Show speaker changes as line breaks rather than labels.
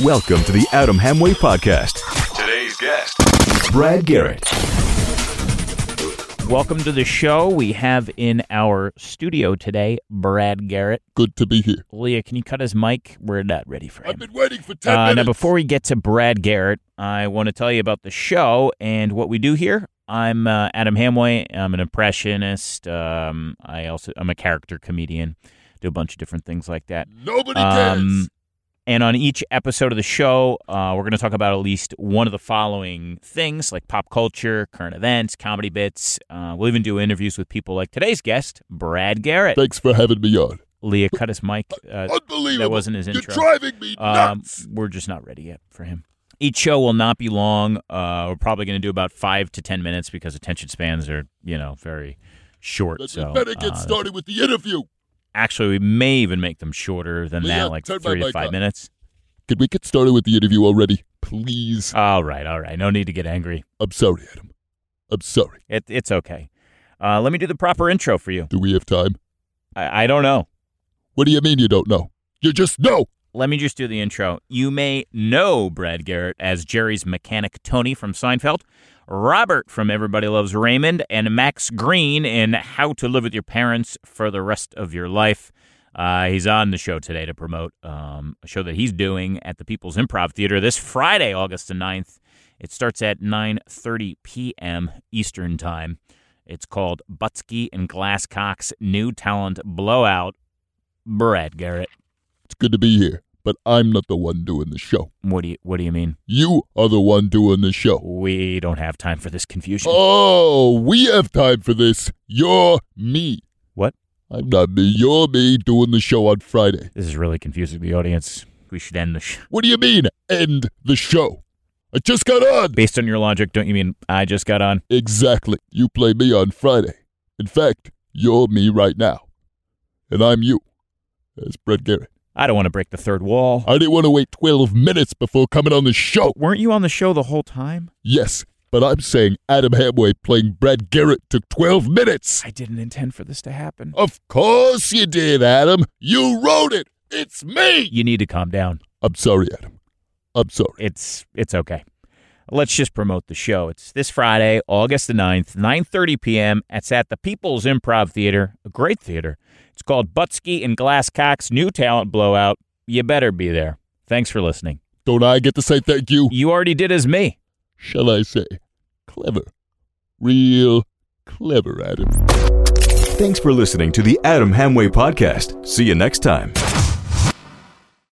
Welcome to the Adam Hamway Podcast. Today's guest, Brad Garrett.
Welcome to the show. We have in our studio today Brad Garrett.
Good to be here.
Leah, can you cut his mic? We're not ready for him.
I've been waiting for 10
Uh,
minutes.
now, before we get to Brad Garrett, I want to tell you about the show and what we do here. I'm uh, Adam Hamway. I'm an impressionist. Um, I also I'm a character comedian. Do a bunch of different things like that.
Nobody
Um, and on each episode of the show, uh, we're going to talk about at least one of the following things like pop culture, current events, comedy bits. Uh, we'll even do interviews with people like today's guest, Brad Garrett.
cares. Thanks for having me on.
Leah cut his mic. Uh,
Unbelievable.
that wasn't his
You're
intro.
driving me
um,
nuts.
we're just not ready yet for him. Each show will not be long. Uh, we're probably going to do about five to 10 minutes because attention spans are, you know, very short.
But
so
you better get
uh,
started with the interview.
Actually, we may even make them shorter than
Leah,
that, like
turn my
three to
mic
five
up.
minutes.
Can we get started with the interview already? Please.
All right, all right. No need to get angry.
I'm sorry, Adam. I'm sorry.
It, it's okay. Uh, let me do the proper intro for you.
Do we have time?
I, I don't know.
What do you mean you don't know? You just know.
Let me just do the intro. You may know Brad Garrett as Jerry's mechanic Tony from Seinfeld, Robert from Everybody Loves Raymond, and Max Green in How to Live with Your Parents for the Rest of Your Life. Uh, he's on the show today to promote um, a show that he's doing at the People's Improv Theater this Friday, August the 9th. It starts at 9:30 p.m. Eastern Time. It's called Butsky and Glasscock's New Talent Blowout. Brad Garrett.
It's good to be here, but I'm not the one doing the show.
What do you What do you mean?
You are the one doing the show.
We don't have time for this confusion.
Oh, we have time for this. You're me.
What?
I'm not me. You're me doing the show on Friday.
This is really confusing the audience. We should end the show.
What do you mean, end the show? I just got on.
Based on your logic, don't you mean I just got on?
Exactly. You play me on Friday. In fact, you're me right now. And I'm you. That's Brett Garrett.
I don't want to break the third wall.
I didn't want to wait 12 minutes before coming on the show.
Weren't you on the show the whole time?
Yes, but I'm saying Adam Hamway playing Brad Garrett took 12 minutes.
I didn't intend for this to happen.
Of course you did, Adam. You wrote it. It's me.
You need to calm down.
I'm sorry, Adam. I'm sorry.
It's it's okay. Let's just promote the show. It's this Friday, August the 9th, 9:30 p.m. It's at the People's Improv Theater, a great theater. It's called Butsky and Glasscock's New Talent Blowout. You better be there. Thanks for listening.
Don't I get to say thank you?
You already did as me.
Shall I say clever? Real clever, Adam.
Thanks for listening to the Adam Hamway Podcast. See you next time.